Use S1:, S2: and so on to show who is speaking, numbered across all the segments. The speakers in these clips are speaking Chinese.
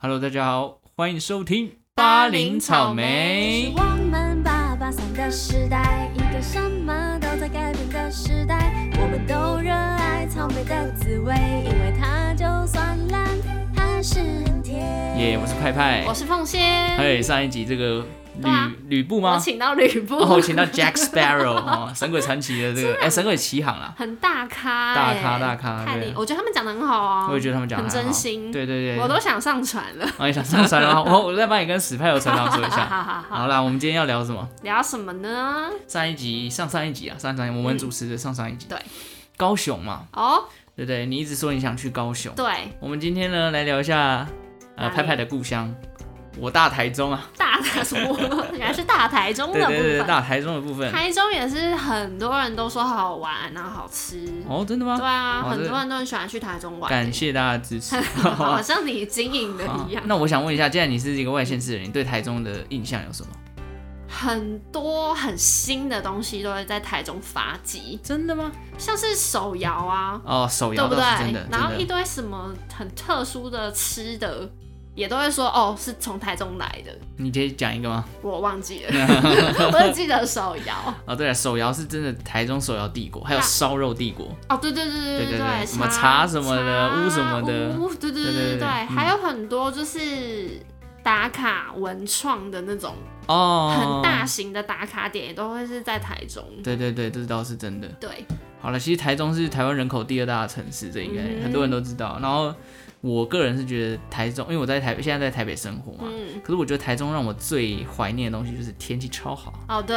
S1: Hello，大家好，欢迎收听
S2: 巴
S1: 林
S2: 林
S1: 草
S2: 草
S1: 莓
S2: 莓
S3: 是。我们八八三的时代，一个什么都在改变的时代。我们都热爱草莓的滋味，因为它就算烂，还是很甜。
S1: 耶我是派派
S2: 我。是凤仙，
S1: 嘿，上一集这个吕
S2: 对啊
S1: 吕布
S2: 我
S1: 吗？
S2: 请到吕布，
S1: 哦，我请到 Jack Sparrow 哦，《神鬼传奇》的这个，哎，《神鬼奇航》啦，
S2: 很大咖欸，
S1: 大咖大咖
S2: 太
S1: 对
S2: 厉，我觉得他们讲的很好啊，
S1: 我也觉得他们讲得
S2: 很
S1: 还好
S2: 真心，
S1: 对对对，
S2: 我都想上船了。
S1: 啊，你想上船了吗？我我再帮你跟死派游船长说一下。
S2: 哈哈哈
S1: 好啦，我们今天要聊什么？
S2: 聊什么呢？
S1: 上一集、上上一集啊，上上一集我们主持的上上一集。
S2: 对，
S1: 高雄嘛，
S2: 哦，
S1: 对不对？你一直说你想去高雄，
S2: 对，
S1: 我们今天呢来聊一下，
S2: 哪
S1: 呃，
S2: 里
S1: 派派的故乡，我大台中啊，
S2: 大台什 么？原来是大台中
S1: 对
S2: 的部
S1: 对对，
S2: 分。
S1: 大台中的部分。
S2: 台中也是很多人都说好玩，然后好吃。
S1: 哦，真的
S2: 对
S1: 吗？
S2: 啊，
S1: 哦
S2: 很
S1: 这
S2: 多人都很喜欢去台中玩。
S1: 感谢大家的支 持。
S2: 好像你经营的 一样。
S1: 那我想问一下，既然你是一个外县市人，你对台中的印象有什么？
S2: 很多很新的东西都会在台中发迹，
S1: 真的吗？
S2: 像是手摇啊，
S1: 哦，手
S2: 对
S1: 摇
S2: 不
S1: 倒
S2: 对
S1: 是真的，？
S2: 然后一
S1: 真的。
S2: 堆什么很特殊的吃的，也都会说哦是从台中来的，
S1: 你可以讲一个吗？
S2: 我忘 记了，我只记得手摇。
S1: 哦，对了，手摇是真的台中手摇帝国，还有
S2: 那
S1: 烧肉帝国。
S2: 哦，对对对对
S1: 对对对
S2: 对，
S1: 什么茶
S2: 茶
S1: 什么的
S2: 茶
S1: 屋什么的
S2: 屋对对
S1: 对对
S2: 对对
S1: 对
S2: 对，
S1: 嗯
S2: 还有很多就是打卡文创的那种
S1: 哦，
S2: 很大。型的打卡点，也都会是在台中。
S1: 对对对，这倒是真的。
S2: 对，
S1: 好了，其实台中是台湾人口第二大的城市，这应该
S2: 嗯哼
S1: 很多人都知道。然后我个人是觉得台中，因为我在台现在在台北生活嘛，
S2: 嗯，
S1: 可是我觉得台中让我最怀念的东西就是天气超好。
S2: 哦，对，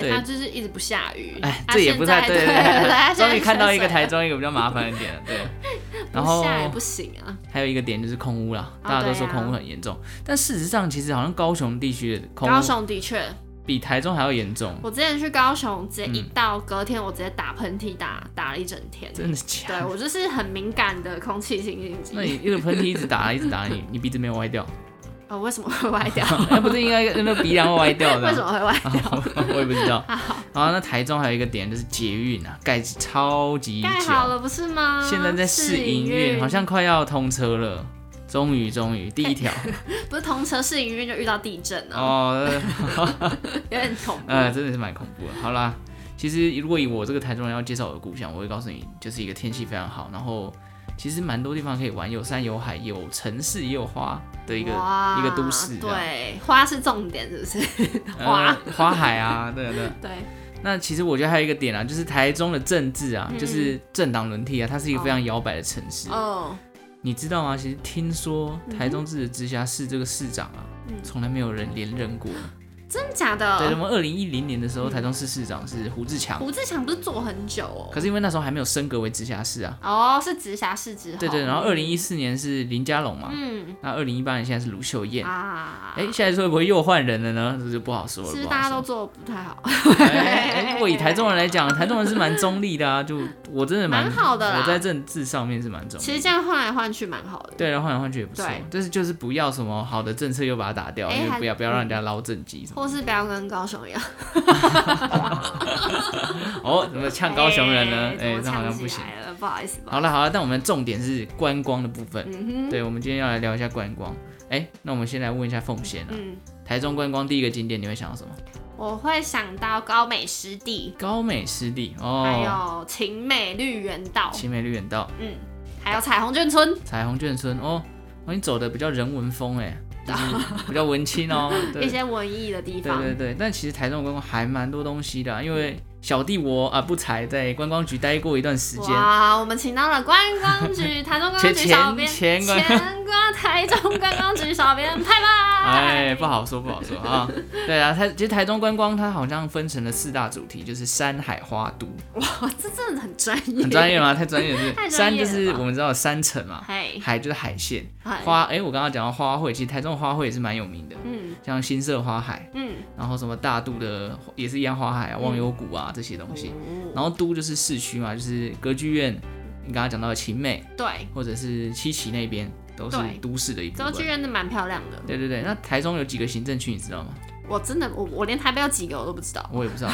S1: 对
S2: 它就是一直不下雨。
S1: 哎，
S2: 它
S1: 这也
S2: 现
S1: 不太
S2: 在
S1: 对
S2: 对
S1: 对
S2: 它
S1: 对，
S2: 现在
S1: 终于看到一个哦
S2: 缺水
S1: 台
S2: 了，
S1: 中一个比较麻烦一点的，对。 然
S2: 不
S1: 后
S2: 下也不行啊。
S1: 还有一个点就是空污啦，大家都说
S2: 对啊
S1: 空污很严重，但事实上其实好像高雄地区的空
S2: 高
S1: 污
S2: 雄的确，
S1: 比台中还要严重，
S2: 我之前去高雄，直接
S1: 嗯
S2: 一到隔天，我直接打喷嚏打打了一整天。
S1: 真的假
S2: 对
S1: 的？
S2: 我就是很敏感的空气清新
S1: 那你
S2: 机。
S1: 一个喷嚏一直打，一直打你，你鼻子没有歪 掉？
S2: 呃，为什么会歪掉？
S1: 那不是应该那个鼻梁会 歪掉的？啊
S2: 为什么会歪掉？
S1: 我也不知 道。然后那台中还有一个点就是捷运啊，盖超级久，
S2: 盖好了不是吗？
S1: 现在在试营运，好像快要通车了。终于，终于，第一 条
S2: 不是同车试营运就遇到地震啊，
S1: 哦，
S2: 有点恐怖。
S1: 呃，真的是蛮恐怖的。好啦，其实如果以我这个台中人要介绍我的故乡，我会告诉你，就是一个天气非常好，然后其实蛮多地方可以玩，有山有海，有城市也有花的一个
S2: 哇
S1: 一个都市这样。
S2: 对，花是重点，是不是？
S1: 呃
S2: 花，
S1: 花海啊，对对。
S2: 对，
S1: 那其实我觉得还有一个点啊，就是台中的政治啊，
S2: 嗯
S1: 就是政党轮替啊，它是一个非常摇摆的城市。
S2: 哦，
S1: 你知道吗？其实听说台中市的直辖市这个市长啊，
S2: 嗯哦
S1: 从来没有人连任过。
S2: 真的假
S1: 对，我
S2: 的？
S1: 们二零一零年的时候，
S2: 嗯
S1: 台中市市长是胡志强，
S2: 胡志强不是做很久哦？
S1: 可是因为那时候还没有升格为直辖市啊。
S2: 哦，是直辖市之后。
S1: 对对，然后二零一四年是林佳龙嘛，
S2: 哦嗯
S1: 那二零一八年现在是卢秀燕。
S2: 啊，
S1: 哎，现在会不会又换人了呢？这就不好说了。
S2: 是不是
S1: 不好
S2: 大家
S1: 说
S2: 都做的不太好？
S1: 哎 哎如果以台中人来讲，台中人是蛮中立的啊，就我真的蛮
S2: 蛮好的啦
S1: 我在政治上面是蛮中立。
S2: 其实这样换来换去蛮好的。
S1: 对，然后换来换去也不错
S2: 对，
S1: 但是就是不要什么好的政策又把它打掉，
S2: 哎
S1: 因为
S2: 还
S1: 不要不要让人家捞政绩什么
S2: 或是不要跟高雄一样，
S1: 的。 哦，怎么呛高雄人呢？
S2: 哎
S1: 哎，
S2: 怎
S1: 那
S2: 么
S1: 好像
S2: 呛
S1: 不
S2: 起
S1: 行。
S2: 来了，不好意思，不好
S1: 好了好了，但我们重点是观光的部分。
S2: 意思嗯哼，
S1: 对，我们今天要来聊一下观光。哎，那我们先来问一下凤仙啊，
S2: 嗯，
S1: 台中观光第一个景点你会想到什么？
S2: 我会想到高美湿地，
S1: 高美湿地
S2: 还
S1: 哦，
S2: 有晴美绿园道，
S1: 奇美绿园道、
S2: 嗯，还有彩虹眷村，
S1: 彩虹眷村哦，哦，你走的比较人文风 哎，就是比较文青哦。对
S2: 一些文艺的地
S1: 对
S2: 方
S1: 对。对，但其实台中的观光还蛮多东西的啊，因为小弟我啊不才在观光局待过一段时间，
S2: 哇，我们请到了观光局台中观光
S1: 前
S2: 局小编
S1: 前前观
S2: 前观台中观光局小编派派，
S1: 哎，不好说不好说啊。对啊，它其实台中观光它好像分成了四大主题，就是山海花都，
S2: 哇，这真的很专业，
S1: 很专业吗？太专业了是不
S2: 太
S1: 是，
S2: 专
S1: 山
S2: 业
S1: 就
S2: 了
S1: 是
S2: 吧
S1: 我们知道的山城嘛，
S2: 嗨，
S1: 海就是海线，
S2: 嗨，
S1: 花哎、我刚刚讲到花卉，其实台中的花卉也是蛮有名的，
S2: 嗯
S1: 像新社花海，
S2: 嗯，
S1: 然后什么大肚的也是一样花海啊、忘忧谷啊这些东西。
S2: 哦
S1: 然后都就是市区嘛，就是歌剧院，你刚刚讲到的晴美，
S2: 对，
S1: 或者是七旗那边都是
S2: 对
S1: 都市的一部
S2: 歌剧
S1: 分。
S2: 院真的蛮漂亮的。
S1: 对对对，那台中有几个行政区你知道吗？
S2: 我真的，我我连台北有几个我都不知道。
S1: 我也不 知道，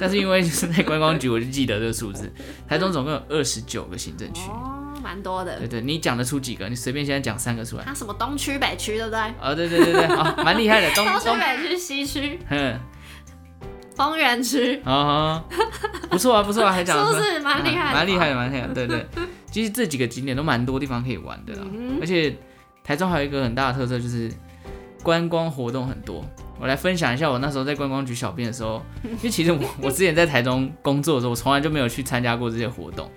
S1: 但是因为是在观光局，我就记得这个数字。台中总共有二十九个行政区，
S2: 哦，蛮多的
S1: 对。对，你讲得出几个？你随便现在讲三个出来。
S2: 它什么东区、北区，对不对？
S1: 哦，对对对对，好，蛮厉害的。东
S2: 东区、
S1: 东，
S2: 北区、西区、
S1: 嗯，
S2: 丰原区，
S1: 哦，不错啊，不错啊，还
S2: 是
S1: 讲得
S2: 不
S1: 出来
S2: 是蛮厉害的？
S1: 嗯蛮厉害的，蛮厉害的。对对，其实这几个景点都蛮多地方可以玩的啦。
S2: 嗯
S1: 而且台中还有一个很大的特色就是观光活动很多。我来分享一下我那时候在观光局小编的时 候，因为其实我我之前在台中工作的时候，我从来就没有去参加过这些活动。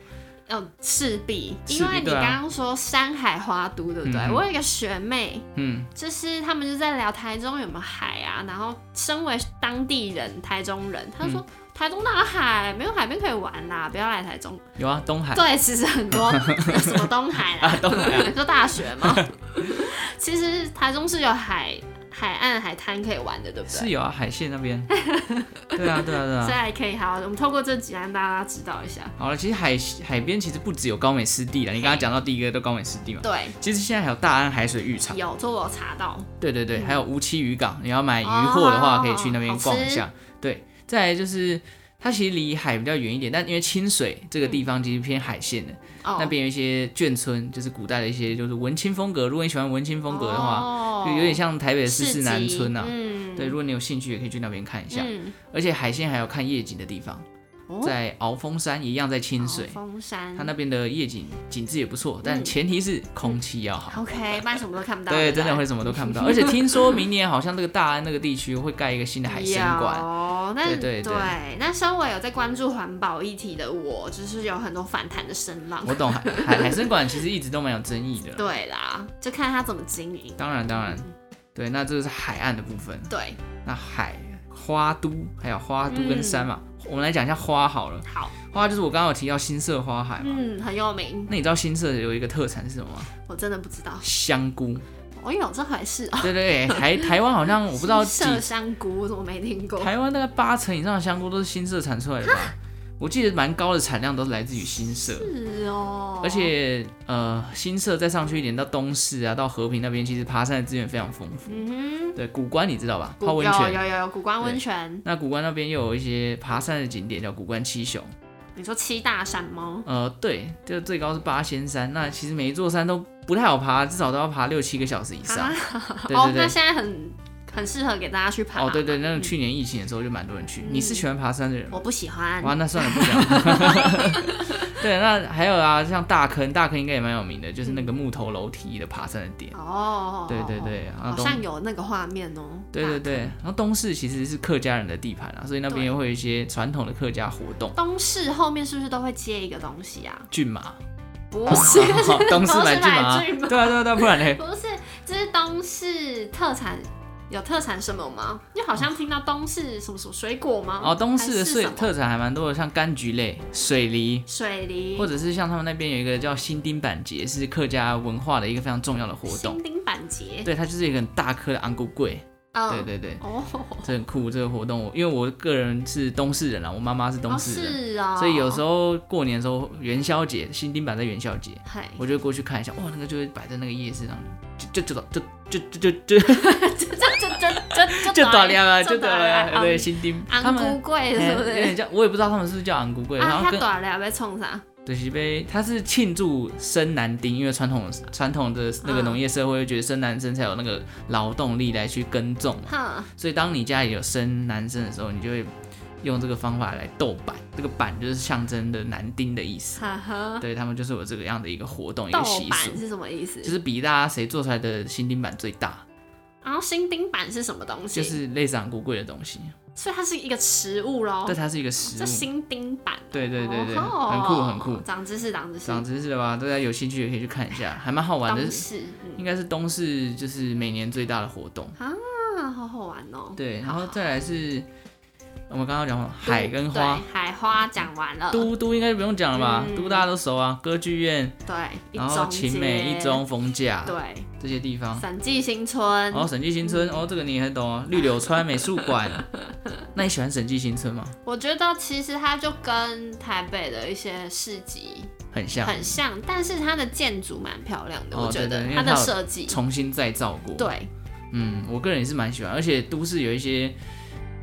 S2: 嗯，赤壁，
S1: 赤
S2: 因
S1: 壁
S2: 为你
S1: 对啊
S2: 刚刚说山海花都，对不对？
S1: 嗯
S2: 我有一个学妹，
S1: 嗯，
S2: 就是他们就在聊台中有没有海啊，然后身为当地人，台中人，他说、台中哪有海，没有海边可以玩啦，不要来台中。
S1: 有啊，东海
S2: 对，其实很 多什么东海啦，
S1: 啊，东海啊
S2: 就大学嘛。其实台中是有海海岸、海滩可以玩的，对不对？
S1: 是有啊，海线那边。对啊，对啊，对
S2: 所以
S1: 啊。
S2: 还可以好，我们透过这几让大家知道一下。
S1: 好了，其实海海边其实不只有高美湿地了，你刚刚讲到第一个都高美湿地嘛。
S2: 对，
S1: 其实现在还有大安海水浴场。
S2: 有，这我有查到。
S1: 对对对，还有乌溪渔港，你要买鱼货的话，
S2: 哦
S1: 可以去那边逛一
S2: 好
S1: 下。对，再来就是它其实离海比较远一点，但因为清水这个地方其实偏海线的，
S2: 哦，
S1: 那边有一些眷村，就是古代的一些就是文青风格。如果你喜欢文青风格的话，
S2: 哦
S1: 就有点像台北的四
S2: 市
S1: 四南村啊
S2: 集。嗯，
S1: 对，如果你有兴趣，也可以去那边看一下。
S2: 嗯，
S1: 而且海线还有看夜景的地方，
S2: 哦
S1: 在鳌峰山一样在清水，
S2: 峰山，
S1: 它那边的夜景景致也不错，但
S2: 嗯
S1: 前提是空气要好。
S2: OK，不然什么都看不到。
S1: 对，
S2: 不
S1: 真的会什么都看不 到。而且听说明年好像这个大安那个地区会盖一个新的海参 馆，
S2: 有，那
S1: 对对对
S2: 那身为有在关注环保议题的我，就是有很多反弹的声浪
S1: 我。懂海海海参馆其实一直都蛮有争议的啦。
S2: 对啦，就看他怎么经营。
S1: 当然当然，对，那这个是海岸的部分。
S2: 对，
S1: 那海花都还有花都跟山嘛，我们来讲一下花好了。
S2: 好，
S1: 花就是我刚刚有提到新社花海嘛，
S2: 嗯，很有名，
S1: 那你知道新社有一个特产是什么吗？
S2: 我真的不知道，
S1: 香菇。
S2: 我有这回事哦。
S1: 对对对，台台湾好像我不知道几
S2: 麝香菇，我怎么没听过？
S1: 台湾大概八成以上的香菇都是新社产出来的吧？我记得蛮高的产量都是来自于新社。
S2: 是哦，
S1: 而且呃，新社再上去一点到东市啊，到和平那边，其实爬山的资源非常丰富。
S2: 嗯
S1: 对，古关你知道吧？
S2: 哼，
S1: 泡温
S2: 有
S1: 泉。
S2: 有有有古关温泉，
S1: 那古关那边又有一些爬山的景点，叫古关七雄。
S2: 你说七大山吗？
S1: 呃，对，这最高是八仙山。那其实每一座山都不太好爬，至少都要爬六七个小时以上
S2: 啊。
S1: 对
S2: 哦
S1: 对，对
S2: 那。现在很很适合给大家去爬。
S1: 哦，对对，那个去年疫情的时候就蛮多人去。你
S2: 嗯
S1: 是喜欢爬山的人吗？
S2: 我不喜欢。
S1: 哇，那算了，不讲了。 对，那还有啊，像大坑，大坑应该也蛮有名的，就是那个木头楼梯的爬山的点。
S2: 哦，
S1: 对对对然后
S2: 好
S1: 东
S2: 像有那个画面哦。
S1: 对对对，然后东市其实是客家人的地盘啊，所以那边
S2: 对
S1: 也会有一些传统的客家活动，
S2: 东市后面是不是都会接一个东西啊？
S1: 骏马，
S2: 不 是，哦
S1: 好东市买
S2: 买
S1: 骏马啊，
S2: 骏马
S1: 对啊对啊对啊，不然嘞，
S2: 不是，这是东市特产，有特产什么吗？你好像听到东市什么什么水果吗？
S1: 哦，东市
S2: 还
S1: 的
S2: 是
S1: 水
S2: 什么
S1: 特产还蛮多的，像柑橘类、水梨，
S2: 水梨
S1: 或者是像他们那边有一个叫新丁板节，是客家文化的一个非常重要的活动
S2: 新。丁板节，
S1: 对，它就是一个很大颗的昂古桂，对
S2: 嗯，
S1: 对对，
S2: 哦，
S1: 这很酷这个活动。我因为我个人是东市人啦，我妈妈是东
S2: 哦
S1: 市人，
S2: 是啊，
S1: 所以有时候过年的时候，元宵节新丁板在元宵节，
S2: 嘿，
S1: 我就会过去看一下，哇，那个就是摆在那个夜市上，就就就就就就就
S2: 这这这这这
S1: 就打量啊，就打
S2: 打
S1: 量，对，
S2: 对，
S1: 新丁，他
S2: 嗯昂
S1: 们
S2: 昂菇贵
S1: 哎
S2: 是不
S1: 有点
S2: 是？
S1: 叫，我也不知道他们是不是叫昂古贵，然
S2: 啊，
S1: 后
S2: 他
S1: 跟
S2: 打量被冲啥？
S1: 对西呗，他是庆祝生男丁，因为传统传统的那个
S2: 嗯
S1: 农业社会会觉得生男生才有那个劳动力来去耕种嘛，
S2: 哼，
S1: 所以当你家里有生男生的时候，你就会用这个方法来斗板，这个板就是象征的男丁的意思，
S2: 哈哈，
S1: 对他们就是有这个样的一个活动一个
S2: 豆
S1: 习俗
S2: 板。是什么意思？
S1: 就是比大家谁做出来的新丁板最大，
S2: 然后新丁板是什么东西？
S1: 就是类似昂古贵的东西，
S2: 所以它是一个食物喽
S1: 但。它是一个食
S2: 哦这
S1: 物。
S2: 新丁板，
S1: 对对对对，
S2: 哦
S1: 很酷很酷。
S2: 长知识，长知识，
S1: 长知识了吧？大家有兴趣也可以去看一下，还蛮好玩的
S2: 当。时
S1: 应该是东市就是每年最大的活动。
S2: 嗯啊，好好玩哦。
S1: 对，然后再来是我们刚刚讲过海跟花
S2: 对，海花讲完了，
S1: 都都应该就不用讲了吧？
S2: 嗯
S1: 都大家都熟啊，歌剧院，
S2: 对，一
S1: 然后
S2: 中
S1: 秦
S2: 街
S1: 美、一中、，逢甲
S2: 对，
S1: 这些地方。
S2: 审计新村
S1: 然后，审计新村，哦，这个你也很懂哦，绿柳川美术 馆。那你喜欢审计新村吗？
S2: 我觉得其实它就跟台北的一些市集
S1: 很像，
S2: 很像，但是它的建筑蛮漂亮的，
S1: 哦
S2: 我觉
S1: 对对
S2: 得
S1: 因为
S2: 它的
S1: 它有
S2: 设计，
S1: 重新再造过。，
S2: 对，
S1: 嗯，我个人也是蛮喜欢，而且都市有一些，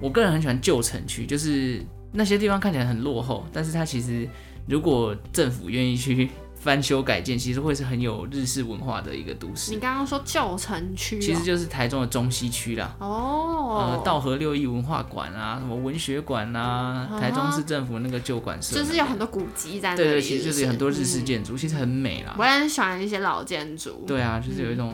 S1: 我个人很喜欢旧城区，就是那些地方看起来很落后，但是它其实如果政府愿意去 翻修改建，其实会是很有日式文化的一个都市
S2: 你。刚刚说旧城区哦、
S1: 其实就是台中的中西区啦，
S2: 哦
S1: 呃，，道和六艺文化馆啊，什么文学馆啊，
S2: 啊
S1: 台中市政府那个旧馆社那边，
S2: 就是有很多古迹在那里，
S1: 对对，其实就是有很多日式
S2: 嗯。
S1: 建筑，其实很美啦
S2: 我。嗯也很喜欢一些老建筑，
S1: 对啊，就是有一种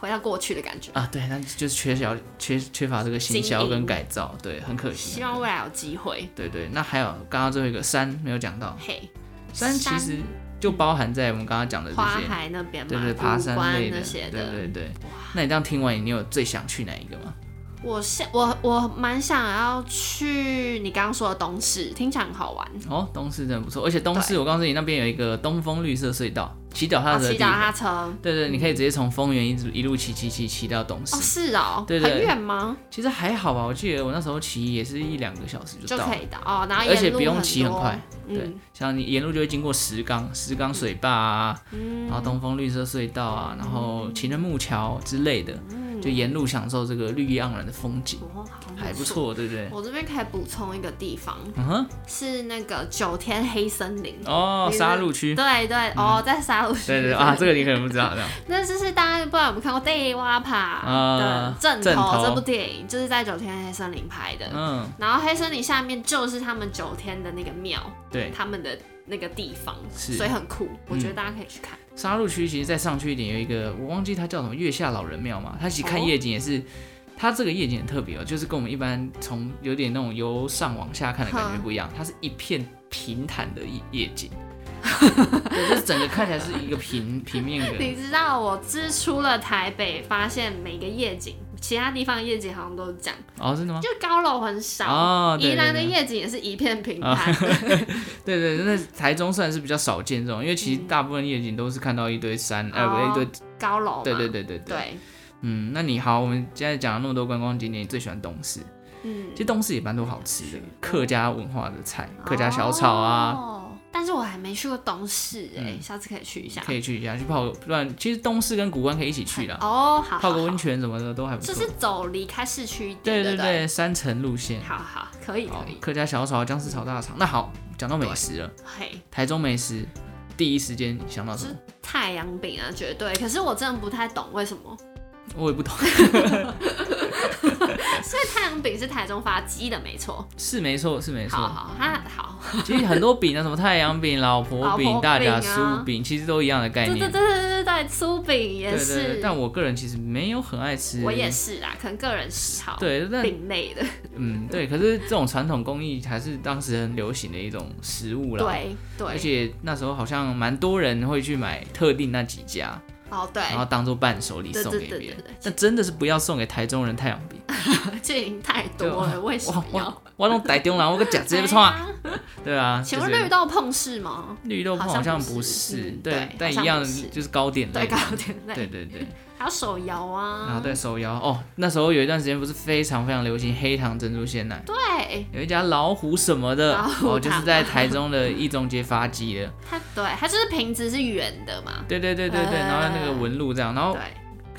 S2: 回到过去的感觉。
S1: 啊，对，但就是缺少缺缺乏这个行销
S2: 经营
S1: 跟改造，对，很可惜。啊
S2: 希望未来有机会。
S1: 对对，那还有刚刚最后一个山没有讲到，
S2: 嘿，
S1: 山其
S2: 山
S1: 实就包含在我们刚刚讲的这
S2: 花
S1: 些，
S2: 海那边嘛，
S1: 对对，
S2: 古
S1: 爬山
S2: 关
S1: 类的，
S2: 那些
S1: 对
S2: 的。
S1: 对对。那你这样听完，你有最想去哪一个吗？
S2: 我现我我蛮想要去你刚刚说的东市，听起来很好玩。
S1: 哦，东市真的不错，而且东市
S2: 对
S1: 我告诉你，那边有一个东风绿色隧道，骑脚踏
S2: 啊，
S1: 车的地
S2: 骑脚
S1: 方。
S2: 踏车哦，
S1: 对对，你可以直接从丰原一直一路骑骑骑骑到东市，
S2: 是哦，
S1: 对对
S2: 很远吗？
S1: 其实还好吧，我记得我那时候骑也是一两个小时就
S2: 就
S1: 到
S2: 可
S1: 了。
S2: 以的哦。然后
S1: 而且
S2: 沿路
S1: 不用骑很
S2: 多
S1: 快，对
S2: 嗯，
S1: 像你沿路就会经过石冈、石冈水坝啊，
S2: 嗯
S1: 然后东风绿色隧道啊，然后情人木桥之类的，
S2: 嗯
S1: 就沿路享受这个绿意盎然的风景，
S2: 哦好像
S1: 还不。错，对不对？
S2: 我这边可以补充一个地方，
S1: 嗯哼，
S2: 是那个九天黑森林。
S1: 哦，
S2: 你是
S1: 沙鹿区，嗯
S2: 对对，哦，在沙鹿区。
S1: 对对对啊，这个你可能不知道，这样
S2: 那就是大家不知道有没有看过《Day Wapa》的
S1: 啊
S2: 《正
S1: 正
S2: 头》
S1: 头
S2: 这部电影，就是在九天黑森林拍的。
S1: 嗯，
S2: 然后黑森林下面就是他们九天的那个庙，
S1: 对，
S2: 他们的那个地方，
S1: 是嗯
S2: 所以很酷，我觉得大家可以去看。
S1: 沙鹿区其实再上去一点有一个，我忘记它叫什么月下老人庙嘛，它其实
S2: 哦
S1: 看夜景也是。它这个夜景很特别哦，就是跟我们一般从有点那种由上往下看的感觉不一样，它是一片平坦的夜夜 景，对，就是整个看起来是一个平平面的，
S2: 你知道我只出了台北，发现每个夜景，其他地方的夜景好像都是这样，
S1: 哦，真的吗？
S2: 就高楼很少。
S1: 哦对
S2: 宜兰的
S1: 对对啊
S2: 夜景也是一片平坦，
S1: 对对，对那台中算是比较少见这种，因为其实大部分夜景都是看到一堆山，呃，不、
S2: 哦
S1: 一堆，
S2: 高楼嘛。
S1: 对对
S2: 对
S1: 对对对。嗯，那你好，我们现在讲了那么多观光景点，你最喜欢东市？
S2: 嗯
S1: 其，实东市也蛮多好吃的，客家文化的菜，客家小炒啊，
S2: 哦。但是我还没去过东市哎、
S1: 嗯
S2: 下次可以去一下。
S1: 可以去一下，去泡个，不然其实东市跟古关可以一起去啦，
S2: 哦，好好
S1: 泡个温
S2: 好
S1: 泉什么的都还不
S2: 就
S1: 错。
S2: 是走离开市区一点，
S1: 对
S2: 对
S1: 对
S2: 不
S1: 对，山城路线，
S2: 好好，可以
S1: 好
S2: 可以，，
S1: 客家小炒、姜丝炒大肠。那好，讲到美食了，
S2: 嘿，
S1: 台中美食，第一时间想到什么？
S2: 太阳饼啊，绝对。可是我真的不太懂为什么，
S1: 我也不 懂，
S2: 所以太阳饼是台中发鸡的，没错。
S1: 是没错，是没
S2: 好
S1: 错。
S2: 好，它好，
S1: 其实很多饼啊，什么太阳 饼、老婆
S2: 老婆
S1: 饼、大
S2: 饼
S1: 甲
S2: 啊
S1: 酥饼，其实都一样的概
S2: 对对
S1: 念
S2: 对。对对对，酥饼也
S1: 对对
S2: 是
S1: 对，，但我个人其实没有很爱吃。
S2: 我也。是啦，可能个人喜好，
S1: 对，但
S2: 饼类的，
S1: 嗯，对，可是这种传统工艺还是当时很流行的一种食物啦。。
S2: 对
S1: 而
S2: 对，
S1: 且那时候好像蛮多人会去买特定那几家，
S2: 哦
S1: 然后
S2: 对，
S1: 当做伴手礼
S2: 对
S1: 送
S2: 对
S1: 给
S2: 对
S1: 别
S2: 对
S1: 人
S2: 对。
S1: 那真的是不要送给台中人太阳饼，
S2: 这已经太多了，为 什么
S1: 我
S2: 要？
S1: 我我弄台中人，我个假直接
S2: 哎
S1: 穿。
S2: 呀
S1: 对啊，
S2: 请
S1: 就
S2: 问
S1: 觉得
S2: 绿豆碰是吗？
S1: 绿豆泡好像不
S2: 好
S1: 是
S2: 像不是，嗯
S1: 对
S2: 对，
S1: 但
S2: 好像
S1: 一样
S2: 不是
S1: 就是糕点类
S2: 对，
S1: 的
S2: 糕。点类，
S1: 对对对，
S2: 还有手摇啊，
S1: 然后对手摇哦，那时候有一段时间不是非常非常流行黑糖珍珠鲜奶，
S2: 对，
S1: 有一家老虎什么的
S2: 老，虎
S1: 哦，就
S2: 糖
S1: 是在
S2: 啊
S1: 台中的一中街发迹的。
S2: 它对它就是瓶子是圆的嘛，
S1: 对对对对对，
S2: 呃
S1: 然后那个纹路这样，然后
S2: 对，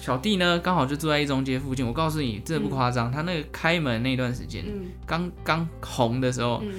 S1: 小弟呢刚好就住在一中街附近。我告诉你，真的不夸张，他那个开门那段时间，
S2: 嗯
S1: 刚刚红的时候，
S2: 嗯，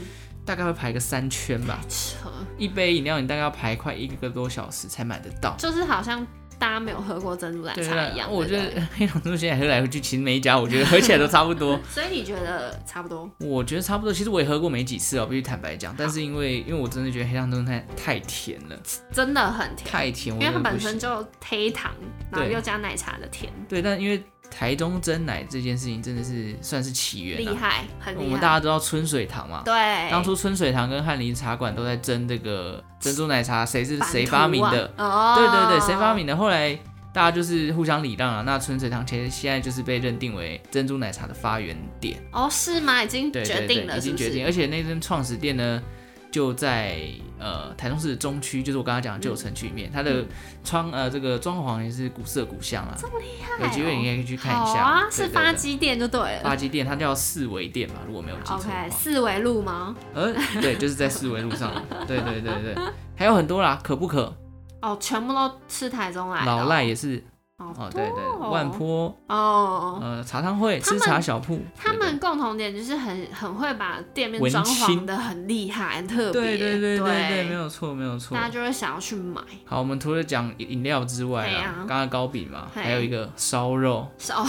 S1: 大概会排个三圈 吧。
S2: 扯，
S1: 一杯饮料你大概要排快一个多小时才买得到。
S2: 就是好像大家没有喝过珍珠奶
S1: 对
S2: 茶一
S1: 对
S2: 样，，
S1: 我觉
S2: 对不对
S1: 得 黑糖猪现在喝来喝去，其实每一家我觉得喝起来都差不 多。
S2: 所以你觉得差不多？
S1: 我觉得差不多，其实我也喝过没几次哦，必须坦白讲。但是因为因为我真的觉得黑糖真的太太甜了，
S2: 真的很甜，
S1: 太甜，我
S2: 因为它
S1: 真的
S2: 本
S1: 不行
S2: 身。就黑糖，然后
S1: 对
S2: 又加奶茶的甜，
S1: 对，但因为台中真奶这件事情真的是算是起源
S2: 厉
S1: 啊。
S2: 害，很
S1: 我
S2: 厉
S1: 们大
S2: 害。
S1: 家都知道春水堂嘛，
S2: 对，
S1: 当初春水堂跟翰林茶馆都在争这个珍珠奶茶谁是
S2: 版
S1: 谁
S2: 图
S1: 发明
S2: 啊
S1: 的，？
S2: 哦，
S1: 对对对，谁发？明的？后来大家就是互相礼让啊。那春水堂其实现在就是被认定为珍珠奶茶的发源点，
S2: 哦，是吗？已经
S1: 对
S2: 决
S1: 对
S2: 定
S1: 对，
S2: 了，
S1: 已
S2: 是
S1: 经
S2: 不
S1: 决定。
S2: 是？
S1: 而且那间创始店呢，就在呃台中市的中区，就是我刚刚讲的
S2: 嗯
S1: 旧城区里面，它的窗呃这个装潢也是古色古香啊。这么厉害有机会你也可以去看一
S2: 哦好
S1: 下
S2: 啊，
S1: 对
S2: 是
S1: 对
S2: 发
S1: 对
S2: 基店就对
S1: 发
S2: 了。
S1: 基店，它叫四维店吧，如果没有记错的话
S2: OK，。四维路吗？
S1: 呃，对，就是在四维路上。对对对对，还有很多啦，可不可？
S2: 哦，全部都是台中来的哦。
S1: 老赖也是，哦
S2: 哦，
S1: 对对，万坡
S2: 哦，
S1: 呃茶汤会
S2: 他
S1: 吃
S2: 们
S1: 茶小铺，
S2: 他们共同点就是很很会把店面
S1: 文
S2: 装潢
S1: 青
S2: 的很厉害、很特别，
S1: 对对对对对对，
S2: 对
S1: 没有错没有错
S2: 大。家就会想要去买。
S1: 好，我们除了讲饮料之外
S2: 对
S1: 啊
S2: 啊，
S1: 刚刚糕饼嘛，
S2: 嘿
S1: 还有一个烧肉。
S2: 是哦，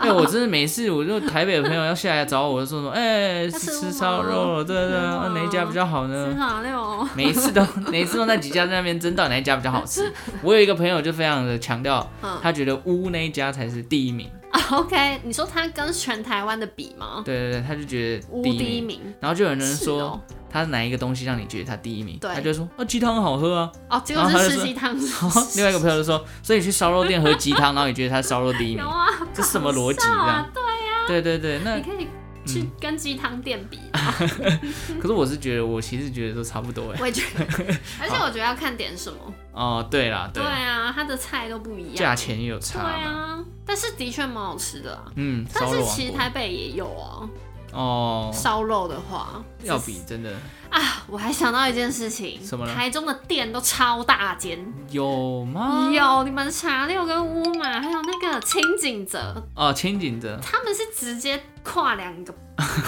S1: 哎，我真的每次我就台北的朋友要下来找我，我就说什么，哎，
S2: 要吃
S1: 吃
S2: 乌
S1: 烧
S2: 毛
S1: 肉，对 对，对
S2: 乌
S1: 啊
S2: 毛
S1: 哪一家比较好呢？
S2: 是好六哦，
S1: 每一次都 每一次都那几家在那边争到哪一家比较好 吃。我有一个朋友就非常的强调，
S2: 嗯
S1: 他觉得乌那一家才是第一名。
S2: OK，你说他跟全台湾的比吗？
S1: 对对对，他就觉得
S2: 无
S1: 第
S2: 第
S1: 一
S2: 一
S1: 名。
S2: 名
S1: 然后就有人说、
S2: 是哦
S1: 他哪一个东西让你觉得他第一名，
S2: 对
S1: 他就说啊鸡汤很好喝啊。
S2: 哦，结
S1: 然
S2: 果
S1: 后他就
S2: 是吃
S1: 说
S2: 鸡汤，
S1: 然后
S2: 哦
S1: 另外一个朋友就说，所以你去烧肉店喝鸡汤，然后你觉得他烧肉第一名
S2: 有，啊，
S1: 这什么逻辑
S2: 是
S1: 这
S2: 啊
S1: 样？，
S2: 对，
S1: 对对对，那
S2: 你可以去跟鸡汤店比，
S1: 可是我是觉得我其实觉得都差不多哎。
S2: 我也觉得， 而且我觉得要看点什么，
S1: 哦，对啦，
S2: 对啊，它的菜都不一样，
S1: 价钱也有差
S2: 对
S1: 嘛。
S2: 啊，但是的确蛮好吃的啊。
S1: 嗯，
S2: 但
S1: 烧
S2: 是
S1: 肉王
S2: 其实
S1: 国
S2: 台北也有哦，
S1: 哦，
S2: 烧肉的话
S1: 要比真的
S2: 啊，我还想到一件事情，
S1: 什么呢
S2: 台中的店都超大间，
S1: 有吗？
S2: 有你们茶六跟乌马，还有那个清景泽，
S1: 哦，清景的
S2: 他们是直接跨两个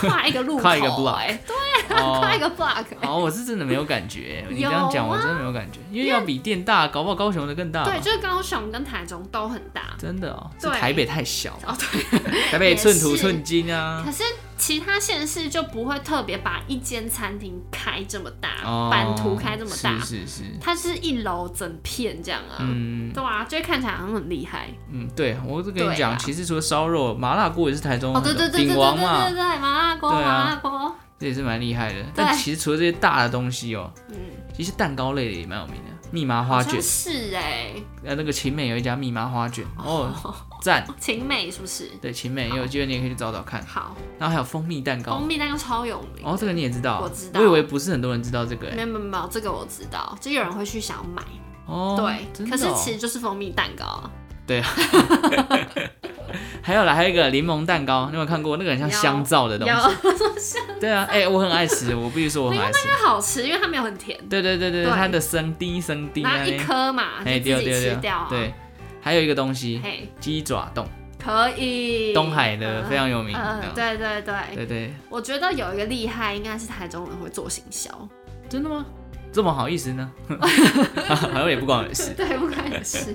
S2: 跨一个路口、欸，
S1: 跨一个 block
S2: 对，跨一
S1: 哦，
S2: 个 block，、欸、
S1: 哦，我是真的没有感 觉，你这
S2: 有
S1: 样讲我
S2: 啊
S1: 真的没有感觉，因为要比店大，搞不好高雄的更大嘛。
S2: 对，就是高雄跟台中都很大。
S1: 真的哦，是
S2: 对
S1: 台北太小，
S2: 哦，对，
S1: 台北
S2: 也
S1: 寸土
S2: 是
S1: 寸金啊
S2: 可。是其他县市就不会特别把一间餐厅开这么大，
S1: 哦，
S2: 版图开这么大，
S1: 是是是，
S2: 它是一楼整片这样啊。
S1: 嗯
S2: 对啊，就会看起来好像很厉害
S1: 嗯，对，我就跟你
S2: 对
S1: 讲，
S2: 啊
S1: 其实除了烧肉，麻辣锅也是台中
S2: 哦，对对
S1: 的
S2: 对对对
S1: 鼎
S2: 对
S1: 王
S2: 对
S1: 嘛，
S2: 对，麻辣锅
S1: 对啊
S2: 麻辣锅，
S1: 这也是蛮厉害的。但其实除了这些大的东西哦，
S2: 嗯，
S1: 其实蛋糕类的也蛮有名的，蜜麻
S2: 好
S1: 花卷
S2: 像，是哎，
S1: 呃，那个秦美有一家蜜麻花卷，哦，赞。
S2: 晴美是不是？
S1: 对，秦美也有机会，你也可以去找找看。
S2: 好，
S1: 然后还有蜂蜜蛋糕
S2: 蜂，蜜蛋糕超有名，
S1: 哦，这个你也知道啊，
S2: 我知道
S1: 我以为不是很多人知道这个、
S2: 没
S1: 欸，
S2: 有没有没有，这个我知道，就有人会去想要买，
S1: 哦，
S2: 对，
S1: 真的
S2: 可是
S1: 哦
S2: 其实就是蜂蜜蛋糕，啊
S1: 还有啦，还有一个柠檬蛋糕，你有没有看过？那个很像香皂的东西，
S2: 有
S1: 对啊，哎、我很爱吃，我必须说我很爱吃，
S2: 它好吃，因为它没有很甜，
S1: 对对对对，
S2: 对
S1: 它的生滴生滴
S2: 拿
S1: 啊，
S2: 一颗嘛，就
S1: 哎，
S2: 自
S1: 对
S2: 己
S1: 对
S2: 吃
S1: 对
S2: 掉，，啊
S1: 对，还有一个东西，
S2: 嘿，
S1: 鸡爪冻，
S2: 可以，
S1: 东海的非常有名，
S2: 嗯，嗯
S1: 这样
S2: 对对对，
S1: 对对，
S2: 我觉得有一个厉害，应该是台中人会做行销，
S1: 真的吗？这么好意思呢？ 好像也不关我的事，
S2: 对，不关你 事。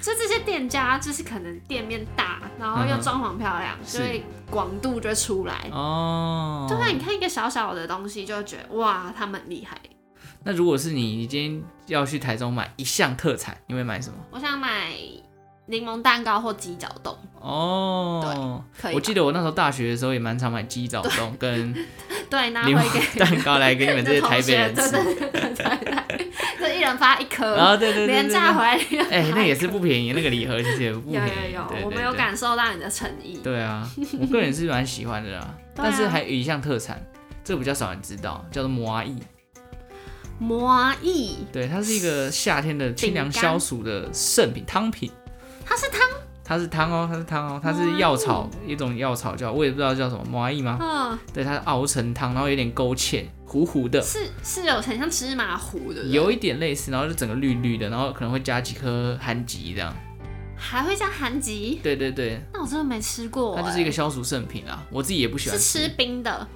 S2: 就这些店家，就是可能店面大，然后
S1: 嗯
S2: 又
S1: 哼
S2: 装潢漂亮，
S1: 是
S2: 所以广度就会出来。
S1: 哦，
S2: 就算你看一个小小的东西，就会觉得哇，他们很厉害。
S1: 那如果是你，你今天要去台中买一项特产，你会买什么？
S2: 我想买柠檬蛋糕或鸡脚冻，
S1: 哦，
S2: 可以吧。
S1: 我记得我那时候大学的时候也蛮常买鸡爪冻跟
S2: 对，拿回
S1: 柠
S2: 给
S1: 檬 蛋糕来给你们这些
S2: 同
S1: 台北
S2: 学，
S1: 人
S2: 对
S1: 吃。
S2: 对对对对对，就一人发一 颗，
S1: 然后对对对
S2: 廉
S1: 对
S2: 价回
S1: 对，
S2: 来一人发一颗。
S1: 哎、那也是不便宜，那个礼盒其实也不
S2: 有
S1: 便
S2: 有
S1: 宜。对
S2: 有，
S1: 对
S2: 我
S1: 对
S2: 们有感受到你的诚意。
S1: 对啊，我个人是蛮喜欢的啦。
S2: 对啊
S1: 但是还有一项特产，这个比较少人知道，叫做麻薏。
S2: 魔芋，
S1: 对，它是一个夏天的清凉
S2: 饼干
S1: 消暑的圣品汤品。
S2: 它是汤，
S1: 它是汤哦，它是汤哦，它是药草，一种药草叫，我也不知道叫什么麻薏吗？
S2: 嗯，
S1: 对，它熬成汤，然后有点勾芡，糊糊的，
S2: 是是有很像芝麻糊的，
S1: 有一点类似，然后就整个绿绿的，然后可能会加几颗韩吉这样。
S2: 还会加韩吉，
S1: 对对对，
S2: 那我真的没吃过、
S1: 它
S2: 欸。
S1: 就是一个消暑圣品啦。我自己也不喜
S2: 是
S1: 欢
S2: 吃
S1: 吃，
S2: 冰的，